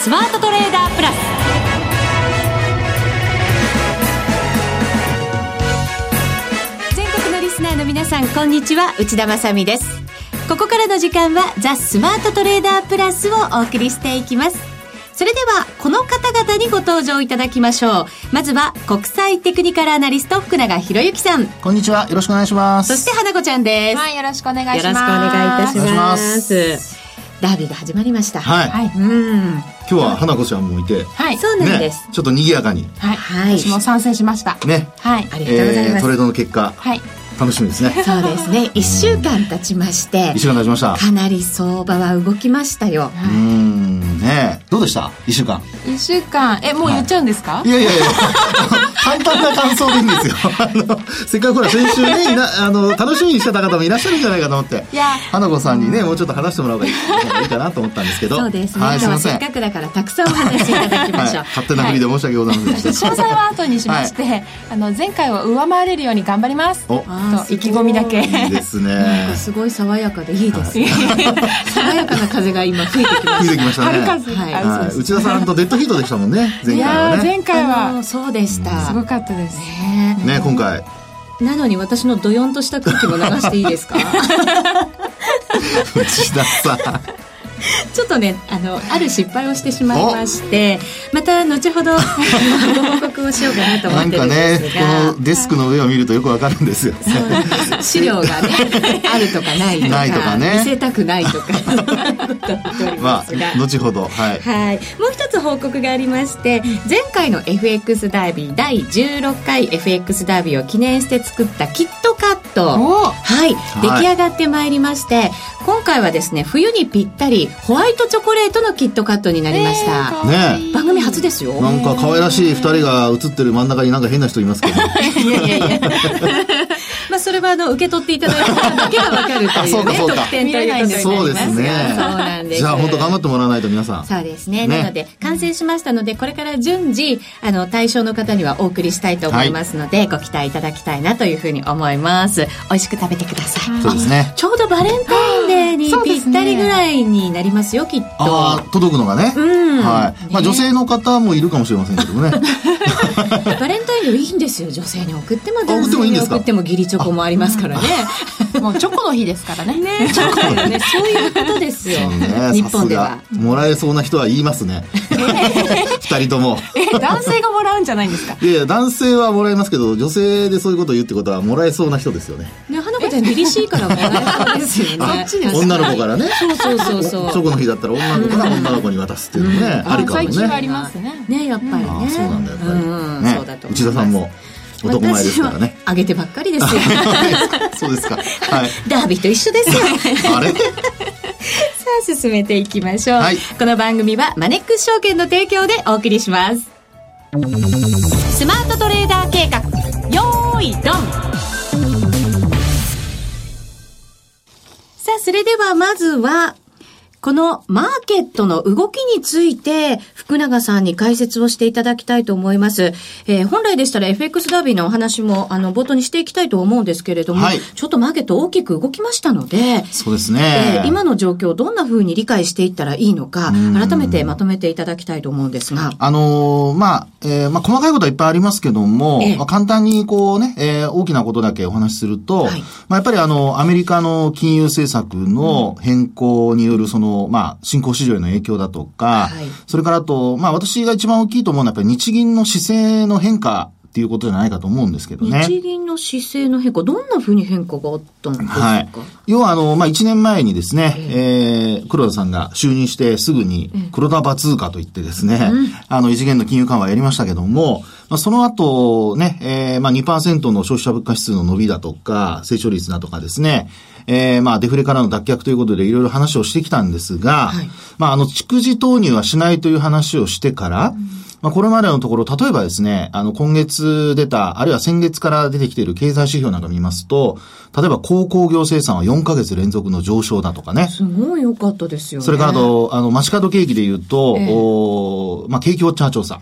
スマートトレーダープラス」全国のリスナーの皆さんこんにちは内田まさみですここからの時間はザ・スマートトレーダープラスをお送りしていきますそれではこの方々にご登場いただきましょうまずは国際テクニカルアナリスト福永博之さんこんにちは。よろしくお願いしまそす。して花子ちゃんです、はい、よろしくお願いします。よろしくお願いいたしお願いしまますダービーが始まりましたはい。はい。うん今日は花子ちゃんもいて、はい。そうなんです、ちょっと賑やかに、はい。はい私も参戦しました。ね、はい。ありがとうございます、トレードの結果、はい。楽しみで すね。そうですね。一週間経ちまして一、週間経ちました。かなり相場は動きましたよ。うーん、ねどうでした一週間。一週間、え、もう言っちゃうんですか いやいやいや簡単な感想でいいんですよ。あの、せっかくほら、先週ね、いなあの、楽しみにしてた方もいらっしゃるんじゃないかと思って。いや花子さんにね、もうちょっと話してもらえばいい いいかなと思ったんですけど。そうですね。はい、今す日はせいません。っはいかくだからたくさんお話しいただきましょう。勝手なふりで申し訳ございませんで詳した。細は後にしまして、あの、前回を上回れるように頑張ります。おと、意気込みだけ。いいです なんねか。すごい爽やかでいいですね。爽やかな風が今吹いてきま出してきましたね。春風はいあはい、そうです内田さんとデッドヒートでしたもんね前回いやはーね前回た。あのは、そうでした。すごかったです。ねね今回なのに私のドヨンとした空気も流していいですか内田さんは ちょっとね、あの、ある失敗をしてしまいまして、また後ほどご報告をしようかなと思なっんてるかんでねすが。このデスクの上を見るとよくわかるんですよねそうなんです 資料がねあるとかないとかないとかね見せたくないとかそんなこと言っておりまますが、あ後ほどはいはい、もう一つ報告がありまして前回の FX ダービー第16回 FX ダービーを記念して作ったキットカットおーはい、い出来上がってまいりまして今回はですね冬にぴったりホワイトチョコレートのキットカットになりましえーた、かわいい番組初ですよなんか可愛らしい二人が映ってる真ん中になんか変な人います けどいやいやいや。まあそれはあの受け取っていただいた方だけがわかるとあいそううかねそうか特典ということになりますがそうですねそうなんです。じゃあ本当頑張ってもらわないと皆さんそうですねねなので完成しましたのでこれから順次あの対象の方にはお送りしたいと思いますので、ご期待いただきたいなというふうに思います美味しく食べてください、そうですねちょうどバレンタインデーにそうぴでっすねたりぐらいになりますよきっとああ届くのがね、うんはいまあ女性の方もいるかもしれませんけ どもねバレンタインデーいいんですよ女性に送ってもあ送ってもいいんですか送っても義理チョコもありますからねもうチョコの日ですからね。ね、 ちょっとね、そういうことですよ。そうね日さす本ではが。もらえそうな人は言いますね 二人ともえ、男性がもらうんじゃないんですかいやいや男性はもらえますけど女性でそういうことを言うってことはもらえそうな人ですよねね、花子ちゃん、凛々しいからもらえそうですよあね。女の子からねそうそうそうそチョう。コの日だったら女の子から女の子に渡すっていうのね、ありかもね最近はありますね。ね、やっぱりね。ああそうなんだやっぱり、うんねそうだと思います内田さんも男前ですからね私はあげてばっかりです よ。そうですかはいダービーと一緒ですよ。あれさあ、進めていきましょう。はいこの番組はマネックス証券の提供でお送りします。スマートトレーダー計画、よーい、ドンさあ、それではまずは、このマーケットの動きについて、福永さんに解説をしていただきたいと思います。えー本来でしたら FX ダービーのお話も、あの、冒頭にしていきたいと思うんですけれども、はいちょっとマーケット大きく動きましたので、そうですね、えー今の状況をどんな風に理解していったらいいのか、改めてまとめていただきたいと思うんですが。あのーまあ、えーまあ、細かいことはいっぱいありますけども、ええまあ、簡単にこうね、えー大きなことだけお話しすると、はいまあ、やっぱりあの、アメリカの金融政策の変更によるその、まあ、新興市場への影響だとか、はいそれからあと、まあ、私が一番大きいと思うのはやっぱり日銀の姿勢の変化っていうことじゃないかと思うんですけどね。日銀の姿勢の変化、どんな風に変化があったんですか、はい。要は、あの、まあ、1年前にですね、えー黒田さんが就任してすぐに、黒田バツーカといってですね、あの、異次元の金融緩和やりましたけども、まあ、その後、ね、えーまあ、2%の消費者物価指数の伸びだとか、成長率だとかですね、えーまあ、デフレからの脱却ということでいろいろ話をしてきたんですが、はいまあ、あの、蓄次投入はしないという話をしてから、まあ、これまでのところ、例えばですね、あの、今月出た、あるいは先月から出てきている経済指標なんか見ますと、例えば、鉱工業生産は4ヶ月連続の上昇だとかね。すごい良かったですよね。それからあと、あの、街角景気で言うと、ええおーまあ、景気ウォッチャー調査。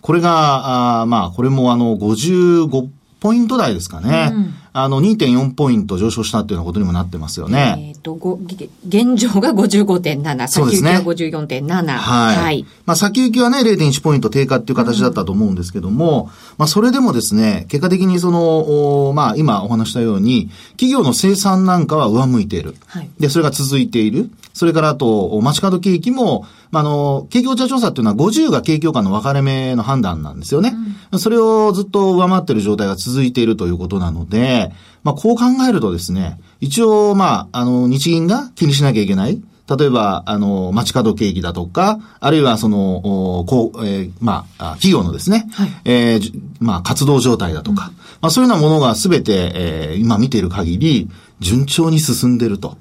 これが、あーまあ、これもあの、55ポイント台ですかね。あの、2.4ポイント上昇したっていうようなことにもなってますよえね。っ、と、ごげ現状が55.7、そ先行うできすねが54.7。はい。はい。まあ、先行きはね、0.1ポイント低下っていう形だったと思うんですけども、まあ、それでもですね、結果的にその、おまあ、今お話したように、企業の生産なんかは上向いている。はいで、それが続いている。それから、あと、お街角景気も、まあ、あの、景況者調査っていうのは50が景況感の分かれ目の判断なんですよね。それをずっと上回ってる状態が続いているということなので、まあ、こう考えるとですね、一応、まあ、あの、日銀が気にしなきゃいけない。例えば、あの、街角景気だとか、あるいはその、おこう、えーまあ、あ企業のですね、えーじまあ、活動状態だとか、まあ、そういうようなものがすべて、えー今見ている限り、順調に進んでいると。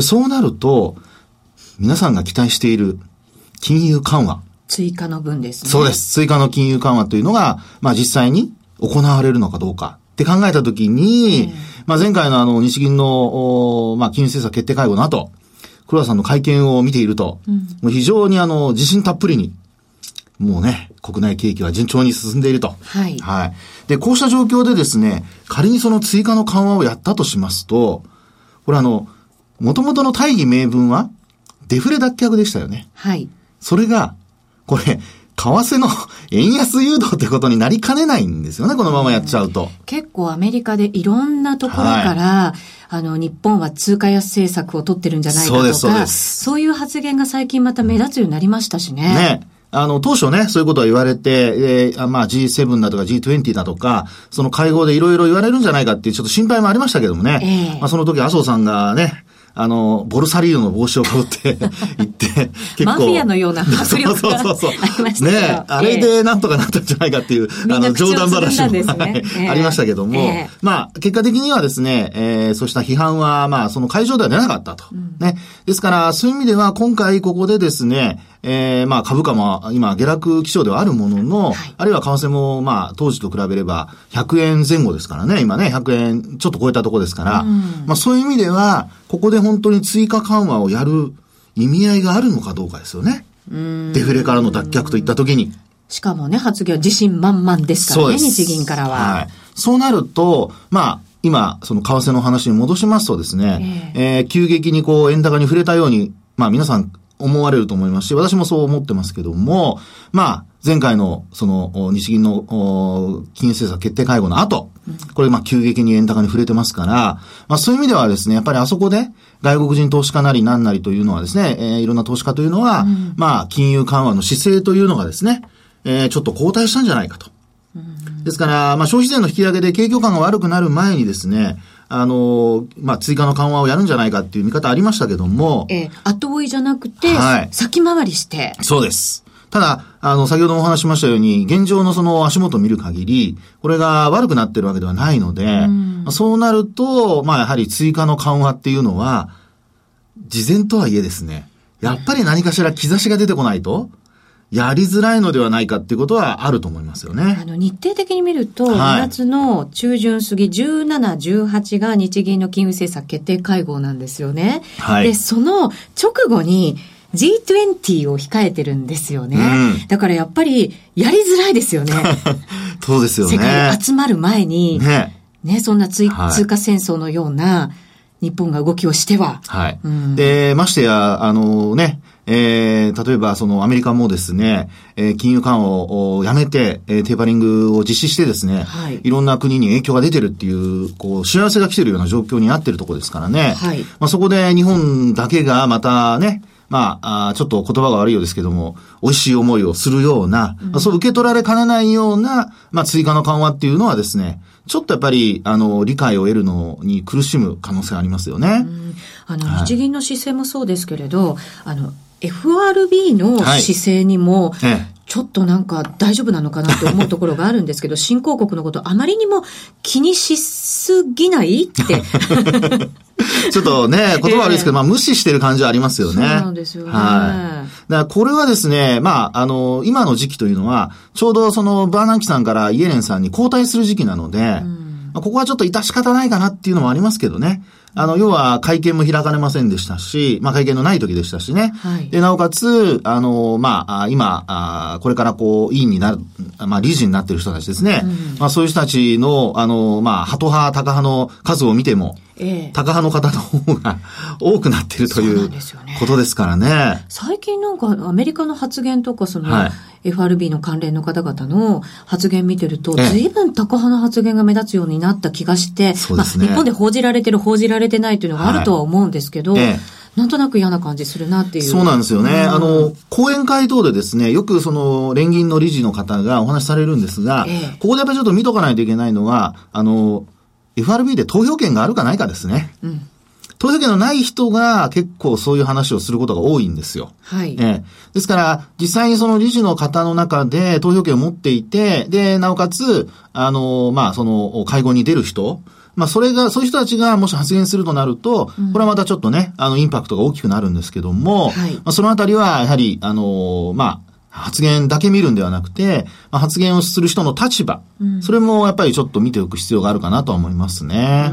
そうなると、皆さんが期待している金融緩和、追加の分ですね。そうです。追加の金融緩和というのが、まあ実際に行われるのかどうかって考えたときに、まあ前回のあの日銀の、おまあ金融政策決定会合の後、黒田さんの会見を見ていると、もう非常にあの自信たっぷりに、もうね、国内景気は順調に進んでいると。はいはい。で、こうした状況でですね、仮にその追加の緩和をやったとしますと、これあの、元々の大義名分は、デフレ脱却でしたよね。はい。それが、これ、為替の 円安誘導ってことになりかねないんですよね、このままやっちゃうと。結構アメリカでいろんなところから、あの、日本は通貨安政策を取ってるんじゃないかとそうでか、すそうですそういう発言が最近また目立つようになりましたしね。ね。あの、当初ね、そういうことは言われて、えーあまあ G7 だとか G20 だとか、その会合でいろいろ言われるんじゃないかっていうちょっと心配もありましたけどもね。ええまあその時麻生さんがね、あの、ボルサリーノの帽子をかぶって行 って、結構。マフィアのよう な迫力がそうそうそうそうありましたけどねえあれでなんとかなったんじゃないかっていう、みあんなの、口を冗談つ話ぐも、んだんですね はいええありましたけども、ええまあ、結果的にはですね、えーそうした批判は、まあ、その会場では出なかったと。ね。ですから、そういう意味では、今回ここでですね、えーまあ、株価も今、下落基調ではあるものの、あるいは為替も、まあ、当時と比べれば、100円前後ですからね、今ね、100円ちょっと超えたとこですから、まあ、そういう意味では、ここで本当に追加緩和をやる意味合いがあるのかどうかですよね。デフレからの脱却といったときに。しかもね、発言は自信満々ですからね、日銀からは。い。そうなると、まあ、今、その為替の話に戻しますとですね、えー急激にこう、円高に触れたように、まあ皆さん思われると思いますし、私もそう思ってますけども、まあ、前回の、その、お日銀の、お金融政策決定会合の後、これ、まあ、急激に円高に触れてますから、まあ、そういう意味ではですね、やっぱりあそこで、外国人投資家なりなんなりというのはですね、えーいろんな投資家というのは、まあ、金融緩和の姿勢というのがですね、えーちょっと後退したんじゃないかと。ですから、まあ、消費税の引き上げで景況感が悪くなる前にですね、あの、まあ、追加の緩和をやるんじゃないかっていう見方ありましたけども、えー後追いじゃなくて、はい先回りして、そうです。ただ、あの、先ほどもお話ししましたように、現状のその足元を見る限り、これが悪くなってるわけではないので、そうなると、まあ、やはり追加の緩和っていうのは、事前とはいえですね、やっぱり何かしら兆しが出てこないと、やりづらいのではないかっていうことはあると思いますよねあ。の、日程的に見ると、はい2月の中旬過ぎ、17、18が日銀の金融政策決定会合なんですよね。はいで、その直後に G20 を控えてるんですよね。うだからやっぱり、やりづらいですよね。 そうですよね。世界集まる前に、ね、ね。そんな追はい通貨戦争のような日本が動きをしては、はい。うんで、ましてや、あのね、えー、例えば、そのアメリカもですね、えー金融緩和をおやめて、えーテーパリングを実施してですね、はいろんな国に影響が出てるっていう、こう、幸せが来てるような状況になってるところですからね。はいまあ、そこで日本だけがまたね、まあ、あーちょっと言葉が悪いようですけども、美味しい思いをするような、まあそう受け取られかねないような、まあ、追加の緩和っていうのはですね、ちょっとやっぱり、あの、理解を得るのに苦しむ可能性ありますよね。あはの、い日銀の姿勢もそうですけれど、あの、FRB のはい姿勢にも、ええちょっとなんか大丈夫なのかなと思うところがあるんです けど、新興国のことあまりにも気にしすぎないっ て。ちょっとね、言葉悪いですけど、まあ無視してる感じはありますよね。そうなんですよねはい。だからこれはですね、まあ、あの、今の時期というのは、ちょうどそのバーナンキさんからイエレンさんに交代する時期なので、まあここはちょっと致し方ないかなっていうのもありますけどね。あの、要は会見も開かれませんでしたし、まあ会見のない時でしたしね。はいで、なおかつ、あの、まあ、あ今、あこれからこう、委員になる、まあ理事になってる人たちですね。まあそういう人たちの、あの、まあ、ハト派、タカ派の数を見ても、ええタカ派の方の方が多くなってるとそういなうんですよねことですからね。最近なんかアメリカの発言とかそのはい FRB の関連の方々の発言見てると、ええ随分高派な発言が目立つようになった気がして、そうですねまあ、日本で報じられてる報じられてないというのがあるとは思うんですけど、はいええなんとなく嫌な感じするなっていう。そうなんですよね。んあの、講演会等でですね、よくその、連銀の理事の方がお話しされるんですが、ええここでやっぱりちょっと見とかないといけないのは、あの、FRB で投票権があるかないかですね。うん投票権のない人が結構そういう話をすることが多いんですよ。はい。ええ。ですから、実際にその理事の方の中で投票権を持っていて、で、なおかつ、あの、まあ、その、会合に出る人、まあ、それが、そういう人たちがもし発言するとなると、これはまたちょっとね、あの、インパクトが大きくなるんですけども、はいまあ、そのあたりは、やはり、あの、まあ、発言だけ見るんではなくて、まあ、発言をする人の立場、それもやっぱりちょっと見ておく必要があるかなとは思いますね。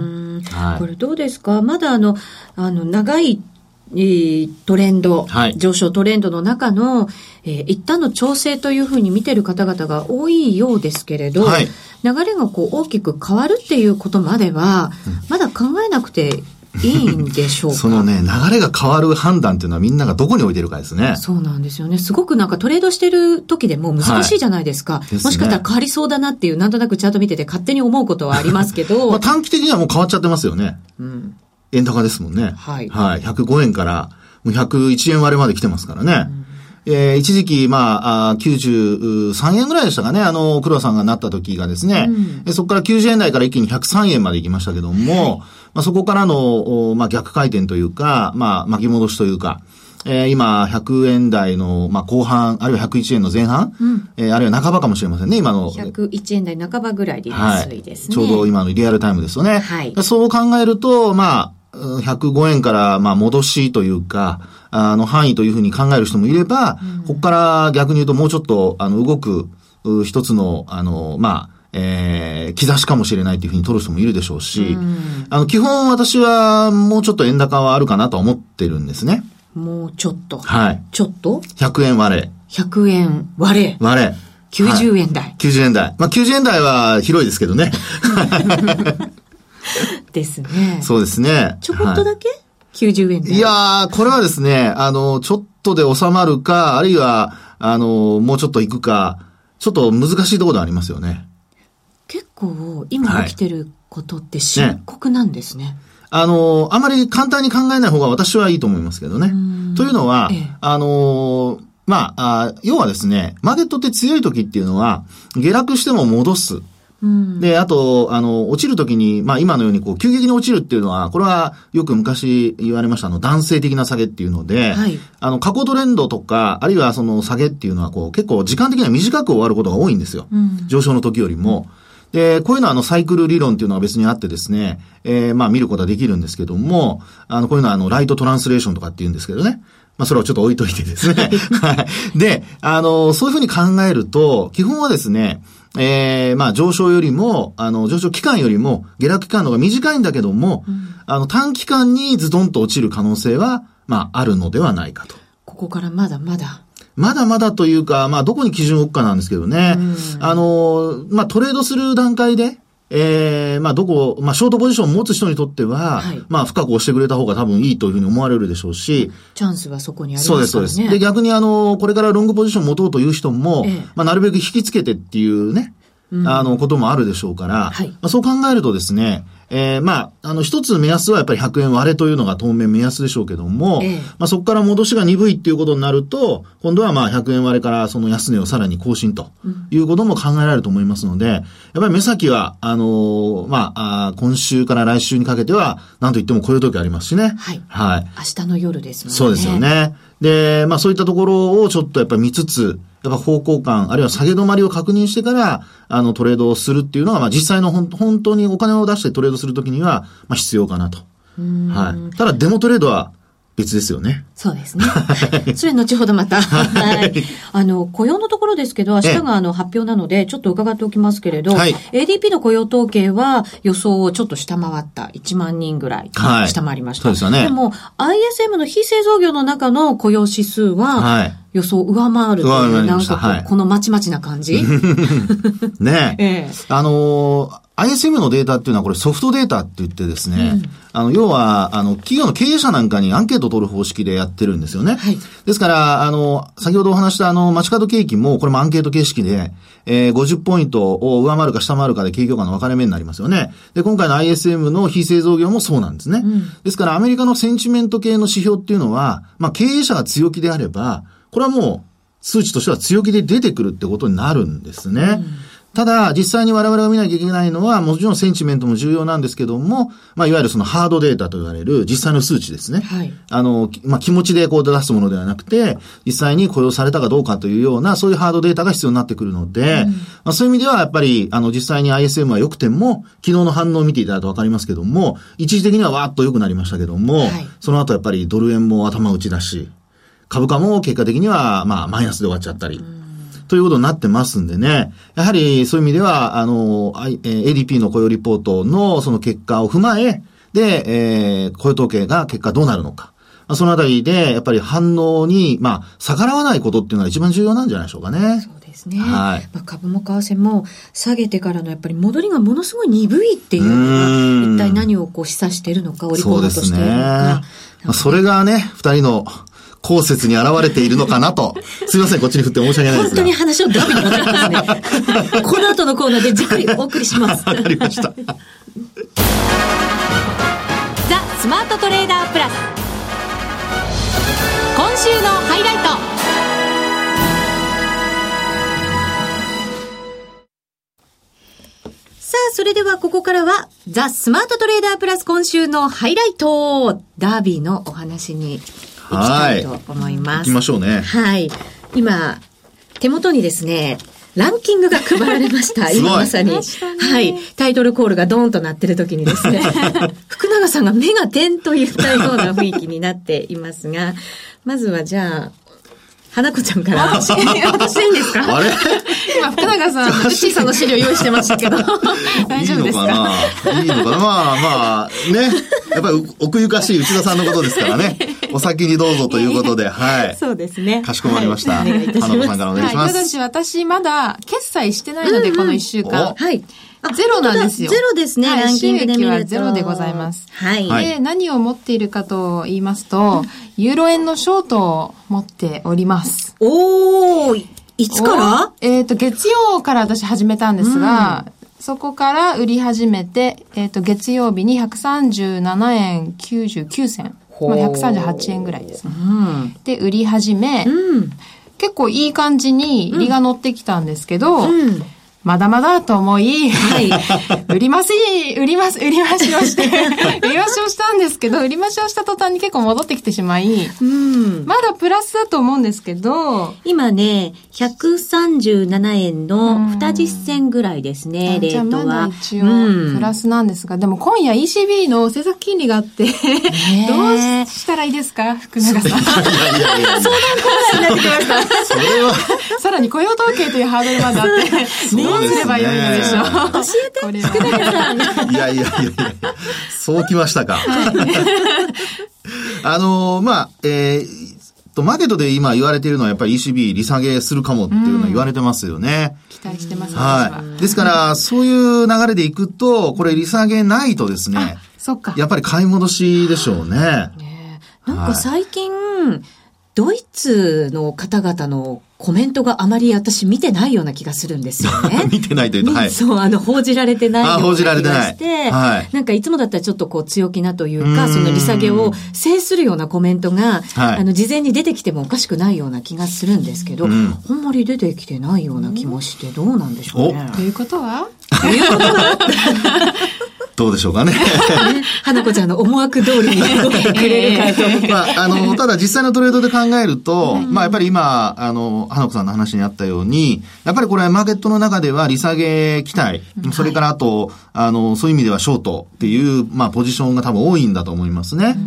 はいこれどうですかまだあの、あの、長い、えートレンド、はい上昇トレンドの中の、えー一旦の調整というふうに見てる方々が多いようですけれど、はい流れがこう大きく変わるっていうことまでは、まだ考えなくていいんでしょうか そのね、流れが変わる判断っていうのはみんながどこに置いてるかですね。そうなんですよね。すごくなんかトレードしてる時でも難しいじゃないですか。いもしかしたら変わりそうだなっていう、なんとなくチャート見てて勝手に思うことはありますけど。まあ、短期的にはもう変わっちゃってますよね。うん円高ですもんね。はいはい。105円から、もう101円割れまで来てますからね。えー一時期、まあ、あー93円ぐらいでしたかね。あの、黒田さんがなった時がですね。でそこから90円台から一気に103円まで行きましたけども、まあ、そこからの、おまあ、逆回転というか、まあ、巻き戻しというか、えー今、100円台の、まあ、後半、あるいは101円の前半、えーあるいは半ばかもしれませんね、今の。 101円台半ばぐらいで安いですね。ちょうど今のリアルタイムですよね。はいそう考えると、まあ、うん105円から、まあ、戻しというか、あの、範囲というふうに考える人もいれば、ここから逆に言うともうちょっと、あの、動く、う一つの、あの、まあ、えー、兆しかもしれないというふうに取る人もいるでしょうし、あの、基本私はもうちょっと円高はあるかなとは思ってるんですね。もうちょっと。はい。ちょっと100円割れ、 ?100 円割れ。割れ。 90はい円台90円台。まあ、90円台は広いですけどね。ですね。そうですね。ちょこっとはいだけ、?90 円台。いやー、これはですね、あの、ちょっとで収まるか、あるいは、あの、もうちょっと行くか、ちょっと難しいところではありますよね。結構今起きてることって深刻なんですね。あの、あまり簡単に考えない方が私はいいと思いますけどね。というのは、ええあの、まああ、要はですね、マーケットって強い時っていうのは、下落しても戻す。うん。で、あと、あの、落ちるときに、まあ今のようにこう、急激に落ちるっていうのは、これはよく昔言われました、あの、男性的な下げっていうので、はいあの、過去トレンドとか、あるいはその下げっていうのは、こう、結構時間的には短く終わることが多いんですよ。うん上昇の時よりも。で、こういうのはあの、サイクル理論っていうのは別にあってですね、えー、まあ見ることはできるんですけども、あの、こういうのはあの、ライトトランスレーションとかって言うんですけどね。まあそれをちょっと置いといてで すね。はい。で、あの、そういうふうに考えると、基本はですね、えー、まあ上昇よりも、あの、上昇期間よりも、下落期間の方が短いんだけども、あの、短期間にズドンと落ちる可能性は、まああるのではないかと。ここからまだまだ。まだまだというか、まあ、どこに基準を置くかなんですけどね。あの、まあ、トレードする段階で、ええまあ、どこ、まあ、ショートポジションを持つ人にとっては、はいまあ、深く押してくれた方が多分いいというふうに思われるでしょうし、チャンスはそこにありますかそうらでね。す、そうです。で、逆にあの、これからロングポジション持とうという人も、ええまあ、なるべく引きつけてっていうね、あの、こともあるでしょうから、はいまあ、そう考えるとですね、えー、まあ、あの、一つ目安はやっぱり100円割れというのが当面目安でしょうけども、ええまあ、そこから戻しが鈍いっていうことになると、今度はまあ、100円割れからその安値をさらに更新ということも考えられると思いますので、やっぱり目先は、あのーまああー、今週から来週にかけては、なんといってもこういう時ありますしね。はいはい。明日の夜ですもんね。そうですよ。ね。で、まあそういったところをちょっとやっぱり見つつ、やっぱ方向感、あるいは下げ止まりを確認してから、あのトレードをするっていうのが、まあ実際のほん本当にお金を出してトレードするときには、まあ必要かなと。はい。ただデモトレードは別ですよね。そうですね。 それ後ほどまた。はい。あの、雇用のところですけど、明日があの発表なので、ちょっと伺っておきますけれど、はい ADP の雇用統計は予想をちょっと下回った。1万人ぐらいはい下回りました。そうですよねも、ISM の非製造業の中の雇用指数は、はい予想を上回ると上い回う、りなまんしたかこ、はいうこのまちまちな感 じ。ねえ。ええあのー ISM のデータっていうのはこれソフトデータって言ってですね、あの、要は、あの、企業の経営者なんかにアンケートを取る方式でやってるんですよね。はいですから、あの、先ほどお話したあの、街角景気も、これもアンケート形式で、えー50ポイントを上回るか下回るかで景況感の分かれ目になりますよね。で、今回の ISM の非製造業もそうなんですね。ですから、アメリカのセンチメント系の指標っていうのは、まあ、経営者が強気であれば、これはもう、数値としては強気で出てくるってことになるんですね。ただ、実際に我々が見なきゃいけないのは、もちろんセンチメントも重要なんですけども、まあ、いわゆるそのハードデータと言われる実際の数値ですね。はいあの、きまあ、気持ちでこう出すものではなくて、実際に雇用されたかどうかというような、そういうハードデータが必要になってくるので、まあ、そういう意味ではやっぱり、あの、実際に ISM は良くても、昨日の反応を見ていただくとわかりますけども、一時的にはわーっと良くなりましたけども、はいその後やっぱりドル円も頭打ちだし、株価も結果的には、まあ、マイナスで終わっちゃったり。ということになってますんでね。やはり、そういう意味では、あの、I- えー ADP の雇用リポートのその結果を踏まえ、で、えー雇用統計が結果どうなるのか。まあそのあたりで、やっぱり反応に、まあ、逆らわないことっていうのが一番重要なんじゃないでしょうかね。そうですね。はいまあ、株も為替も下げてからのやっぱり戻りがものすごい鈍いっていううのーが、ん一体何をこう示唆しているのか、織り込そむうとでしてすいね。るのか。まあ、それがね、二人の後説に現れているのかなと。すいません、こっちに振って申し訳ないで本す当がに。話をダメに戻ります ね。この後のコーナーでじっくりお送りします。わかりました。ザ・スマートトレーダープラス今週のハイライトさあ、それではここからは、ザ・スマートトレーダープラス今週のハイライト、ダービーのお話に行きたいと思い行まきす。ましょうね。はい。今、手元にですね、ランキングが配られました。 すごい今まさに。ましたねはい。タイトルコールがドーンとなってる時にです ね、福永さんが目が点と言ったような雰囲気になっていますが、まずはじゃあ、花子ちゃんから。私、私でいいんですか あれ今、福 永さん、ウッシーさんの資料用意してましたけど、大丈夫ですかいいのかないいのかなまあまあ、ね。やっぱりお奥ゆかしい内田さんのことですからね。お先にどうぞということで、はい。そうですね。かしこまりました。は花いお願いいたし子ますさんからお願いしまはい、ただす。し私まだ決済してないので、この1週間お。はい。あゼロなんですよ本当だゼロですね、はいランキングで見ると。収益はゼロでございますはい。はいで、何を持っているかと言いますと、ユーロ円のショートを持っております。おー、いつからおえっ、と、月曜から私始めたんですが、そこから売り始めて、えっ、と、月曜日に137円99銭。まあ、138円ぐらいですね。うん。で、売り始め、うん。結構いい感じに利が乗ってきたんですけうど、ん。まだまだと思い、 は売りますい、売ります、売り増しをして、 売り増しをしたんですけど、売り増しをした途端に結構戻ってきてしまい、うん。まだプラスだと思うんですけど、今ね、137円の2実践ぐらいですね、レじゃあートまだは。一応プラスなんですが、でも今夜 ECB の政策金利があって、どうえしたらいいですか福永さん。いやいやいやいや それは、さらに雇用統計というハードルまであって、ねどうすればよいのでしょう。教教えて福永さん。いやいやいやいやそうきましたか。 あのー、まあ、えーと、マーケットで今言われているのはやっぱり ECB 利下げするかもっていうのは言われてますよね。期待してます、私は。はい。ですから、そういう流れでいくと、これ利下げないとですね、そっか。やっぱり買い戻しでしょうね。。ねなんか最近、ドイツの方々のコメントがあまり私見てないような気がするんですよね 見てないというと、はい。そう、あの、報じられてないようあな報じられ気てがないして、なはんいかいつもだったらちょっとこう強気なというか、うーんその利下げを制するようなコメントが、はいあの、事前に出てきてもおかしくないような気がするんですけど、うんあんまり出てきてないような気もして、どうなんでしょうね。ということはどうでしょうか ね。花子ちゃんの思惑通りに動いてくれるか と。まあ、あの、ただ実際のトレードで考えると、まあ、やっぱり今、あの、花子さんの話にあったように、やっぱりこれ、マーケットの中では利下げ期待、それからあと、あの、そういう意味ではショートっていう、まあ、ポジションが多分多いんだと思いますね。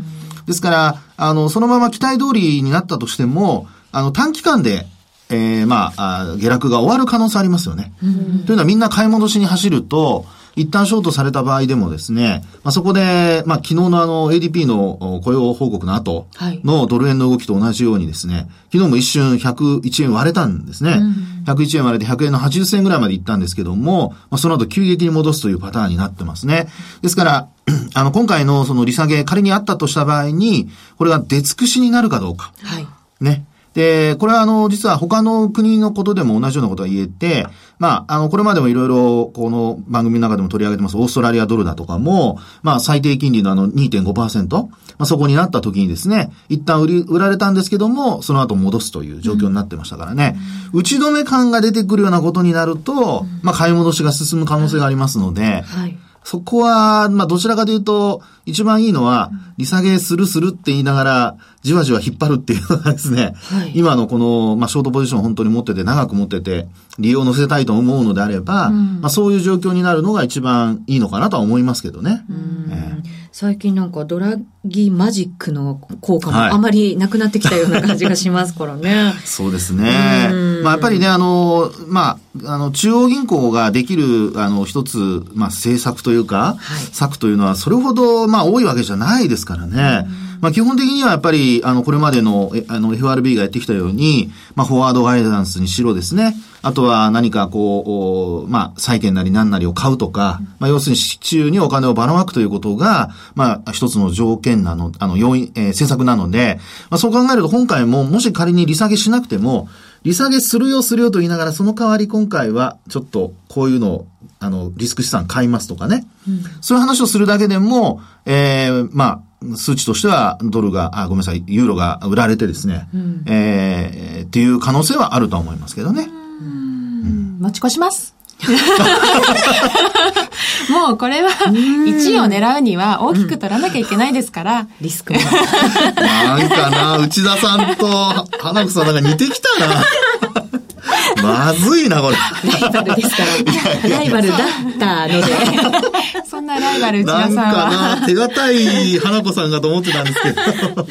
ですから、あの、そのまま期待通りになったとしても、あの、短期間で、えー、まああ、下落が終わる可能性ありますよね。というのはみんな買い戻しに走ると、一旦ショートされた場合でもですね、まあ、そこで、まあ、昨日のあの ADP の雇用報告の後のドル円の動きと同じようにですね、昨日も一瞬101円割れたんですね。うん、101円割れて100円の80銭ぐらいまで行ったんですけども、まあ、その後急激に戻すというパターンになってますね。ですから、 あの、今回のその利下げ、仮にあったとした場合に、これが出尽くしになるかどうか。はい。ね。で、これはあの、実は他の国のことでも同じようなことが言えて、まあ、あの、これまでもいろいろ、この番組の中でも取り上げてます、オーストラリアドルだとかも、まあ、最低金利のあの2.5%、まあ、そこになった時にですね、一旦売り、売られたんですけども、その後戻すという状況になってましたからね、うん、打ち止め感が出てくるようなことになると、まあ、買い戻しが進む可能性がありますので、はいそこは、まあ、どちらかというと、一番いいのは、利下げするするって言いながら、じわじわ引っ張るっていうのがですね、はい、今のこの、まあ、ショートポジション本当に持ってて、長く持ってて、利用を乗せたいと思うのであれば、うん、まあ、そういう状況になるのが一番いいのかなとは思いますけどね。最近なんかドラギマジックの効果もあまりなくなってきたような感じがしますからね。はい、そうですね。まあやっぱりね、あの、まあ、あの、中央銀行ができる、あの、一つ、まあ政策というか、はい、策というのはそれほど、まあ多いわけじゃないですからね。まあ基本的にはやっぱり、あの、これまでの、あの、FRB がやってきたように、まあフォワードガイダンスにしろですね、あとは何かこう、まあ、債券なり何なりを買うとか、まあ、要するに市中にお金をばらまくということが、まあ、一つの条件なの、あの、要因、えー、政策なので、まあ、そう考えると今回も、もし仮に利下げしなくても、利下げするよするよと言いながら、その代わり今回は、ちょっと、こういうのを、あの、リスク資産買いますとかね。うん、そういう話をするだけでも、ええー、まあ、数値としてはドルが、あ、ごめんなさい、ユーロが売られてですね、うん、ええー、っていう可能性はあると思いますけどね。持ち越します。 もうこれは1位を狙うには大きく取らなきゃいけないですから。うん、リスクなんかな、内田さんと花子さんなんか似てきたな。まずいな、 これ。ライバルですから。ライバルだったので。 そんなライバル内田さは。んなんかな、手堅い花子さんかと思ってたんです けど。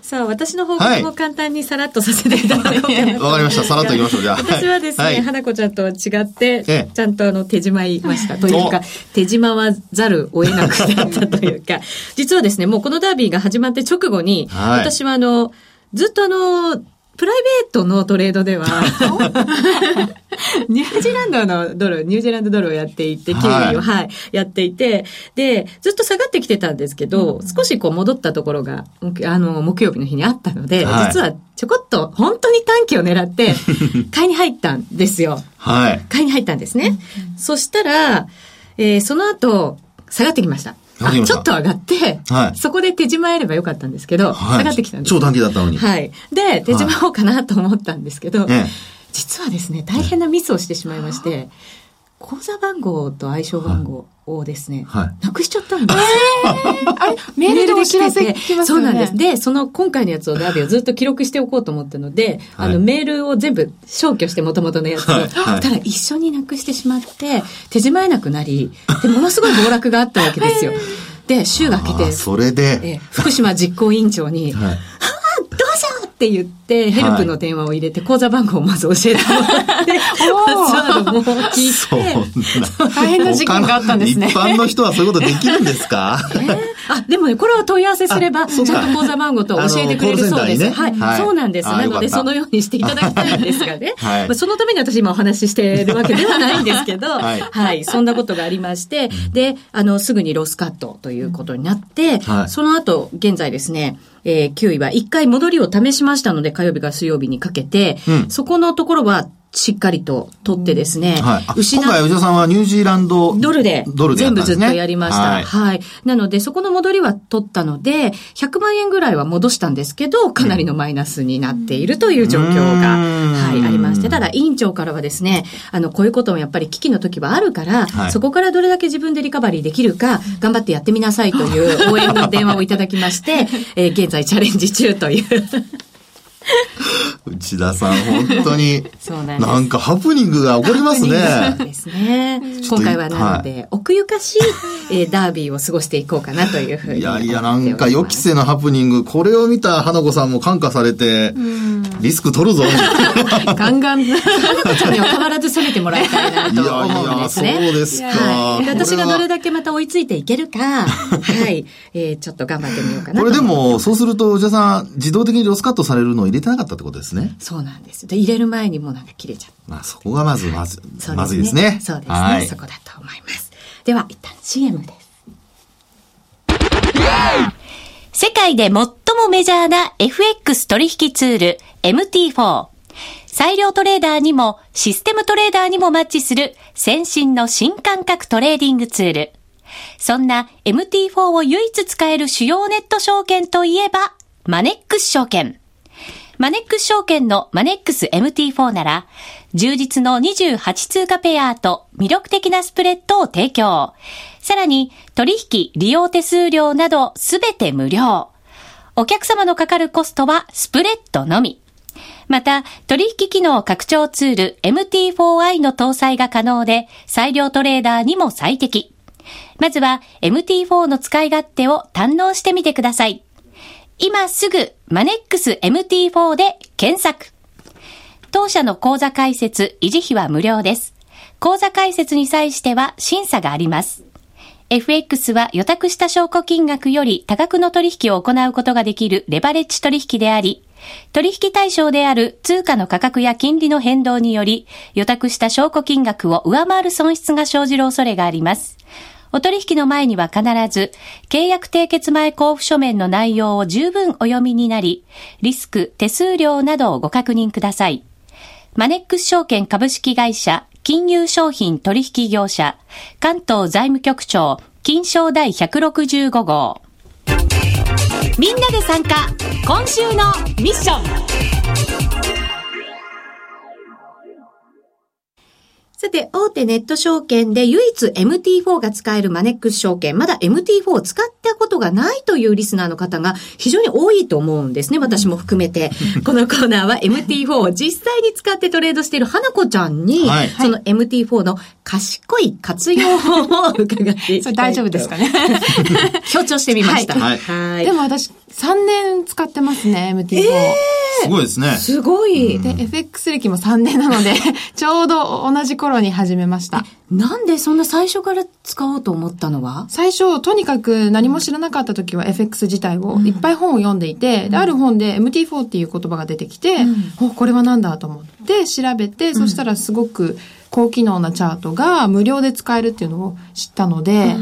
さあ、私の報告も簡単にさらっとさせていただこうかなわ、はい、かりました。さらっといきましょう、じゃあ。私はですね、はい、花子ちゃんとは違って、ええ、ちゃんとあの、手締まいました。というか、手締まわざるを得なくなったという か、実はですね、もうこのダービーが始まって直後に、はい、私はあの、ずっとあの、プライベートのトレード では、ニュージーランドのドル、ニュージーランドドルをやっていて、キウイを、はい、はい、やっていて、で、ずっと下がってきてたんですけど、うん、少しこう戻ったところが、あの、木曜日の日にあったので、はい、実はちょこっと本当に短期を狙って、 買いに入ったんですよ。はい。買いに入ったんですね。うん、そしたら、えー、その後、下がってきました。ちょっと上がって、はい、そこで手締まえればよかったんですけど、はい、下がってきたんです。超短期だったのに。はい。で、手締まおうかなと思ったんですけど、はい、実はですね、大変なミスをしてしまいまして、口座番号と相性番号をですね、なくしちゃったんです。えー、あれメールでお知らせ来て、ね、そうなんです。 で、その今回のやつをダービーをずっと記録しておこうと思ったので、あのメールを全部消去して元々のやつを、ただ一緒になくしてしまって、手締まえなくなり、で、ものすごい暴落があったわけですよ。で、週が明けて、それで、え福島実行委員長に、はい、ああ、どうしようって言って、ヘルプの電話を入れて、口座番号をまず教えてもらって、パスワードも聞いて、大変な事件があったんですね。一般の人はそういうことできるんですか、 あ、でもね、これは問い合わせすれば、ちゃんと口座番号と教えてくれるそうです。はい、そうなんです。なので、そのようにしていただきたいんですがね。まあ、そのために私今お話ししてるわけではないんですけど、 はい、そんなことがありまして、で、あの、すぐにロスカットということになって、その後、現在ですね、えー、9位は一回戻りを試しましたので、火曜日から水曜日にかけて、うん、そこのところは、しっかりと取ってですね。うん、はい。今回、内田さんはニュージーランド。ドルで。ドルで、ね、全部ずっとやりました。はい、はい。なので、そこの戻りは取ったので、100万円ぐらいは戻したんですけど、かなりのマイナスになっているという状況が、はい、ありまして、ただ、委員長からはですね、あの、こういうこともやっぱり危機の時はあるから、はい、そこからどれだけ自分でリカバリーできるか、頑張ってやってみな さいという応援の電話をいただきまして、えー、現在チャレンジ中という。内田さん、本当に そうなんですなんかハプニングが起こりますそうね。ですね。今回はなので、奥ゆかしい、えーダービーを過ごしていこうかなというふうにい思っやておいります。や、なんか予期せぬハプニング、これを見た花子さんも感化されて、リスク取る ぞ。ガンガン。花子ちゃんには必ず攻めてもらいたいなと思うんですいやいね。や、そうですか。はい。でこれは私がどれだけまた追いついていける か、はい。えーちょっと頑張ってみようかなことれでも、そうすると、内田さん、自動的にロスカットされるのを入れてなかったってことですね。そうなんです。で、入れる前にもうなんか切れちゃう。まあ、そこがまず、まず、そうまずいですね。そうですね、はいそ。こだと思います。では、一旦 CM です。世界で最もメジャーな FX 取引ツール MT4。裁量トレーダーにもシステムトレーダーにもマッチする先進の新感覚トレーディングツール。そんな MT4 を唯一使える主要ネット証券といえば、マネックス証券。マネックス証券のマネックス MT4 なら、充実の28通貨ペアと魅力的なスプレッドを提供。さらに、取引、利用手数料などすべて無料。お客様のかかるコストはスプレッドのみ。また、取引機能拡張ツール MT4i の搭載が可能で、裁量トレーダーにも最適。まずは MT4 の使い勝手を堪能してみてください。今すぐ、マネックス MT4 で検索。当社の口座開設、維持費は無料です。口座開設に際しては審査があります。FX は予託した証拠金額より多額の取引を行うことができるレバレッジ取引であり、取引対象である通貨の価格や金利の変動により、予託した証拠金額を上回る損失が生じる恐れがあります。お取引の前には必ず、契約締結前交付書面の内容を十分お読みになり、リスク、手数料などをご確認ください。マネックス証券株式会社、金融商品取引業者、関東財務局長、金賞第165号。みんなで参加、今週のミッション。さて、大手ネット証券で唯一 MT4 が使えるマネックス証券、まだ MT4 を使ったことがないというリスナーの方が非常に多いと思うんですね。私も含め て。このコーナーは MT4 を実際に使ってトレードしている花子ちゃんに、はいその MT4 の賢い活用法を伺っていきたいとそれ大丈夫ですかね。強調してみました。はいはい。でも私、3年使ってますね、MT4。すごいですね。すごい。で、FX 歴も3年なので、 ちょうど同じ頃に始めました。なんでそんな最初から使おうと思ったのは最初、とにかく何も知らなかった時は FX 自体をいっぱい本を読んでいて、で、ある本で MT4 っていう言葉が出てきて、お、これは何だと思って調べて、そしたらすごく高機能なチャートが無料で使えるっていうのを知ったので、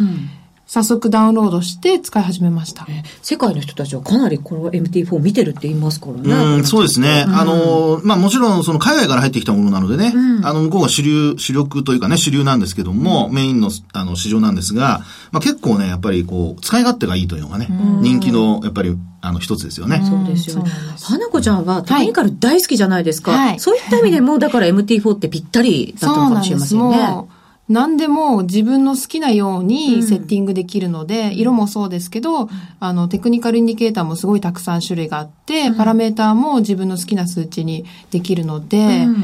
早速ダウンロードして使い始めました。世界の人たちはかなりこの MT4 見てるって言いますからね。うん、そうですね。あの、まあ、もちろん、その、海外から入ってきたものなのでね、あの、向こうが主流、主力というかね、主流なんですけども、メインの、あの、市場なんですが、まあ、結構ね、やっぱり、こう、使い勝手がいいというのがね、人気の、やっぱり、あの、一つですよね。そうですよねうんそうなん。です花子ちゃんはテクニカル大好きじゃないですか。はいそういった意味でも、だから MT4 ってぴったりだそっうたのかなもんしれで。ますせんねも。う、何でも自分の好きなようにセッティングできるので、色もそうですけど、あの、テクニカルインディケーターもすごいたくさん種類があって、パラメーターも自分の好きな数値にできるので、ん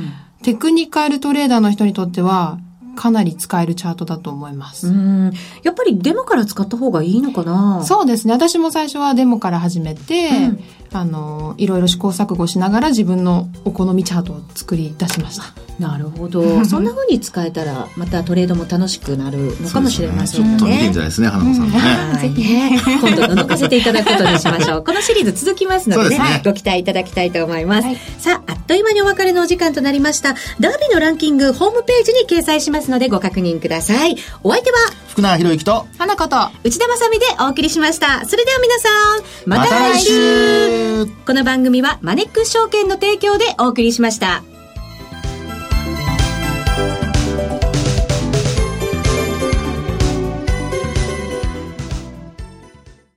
テクニカルトレーダーの人にとっては、かなり使えるチャートだと思います。うん。やっぱりデモから使った方がいいのかなそうですね。私も最初はデモから始めて、あの、いろいろ試行錯誤しながら自分のお好みチャートを作り出しました。なるほど。そんな風に使えたら、またトレードも楽しくなるのかもしれませんちょっと見てねみ。たいですね、花子さんもね。はいね、今度覗かせていただくことにしましょう。このシリーズ続きますので,、そうですねはいご期待いただきたいと思います、はいさあ、あっという間にお別れのお時間となりました。ダービーのランキング、ホームページに掲載しますのでご確認ください。お相手は、福永博之と、花子と、内田まさみでお送りしました。それでは皆さん、また来週また来週この番組はマネックス証券の提供でお送りしました。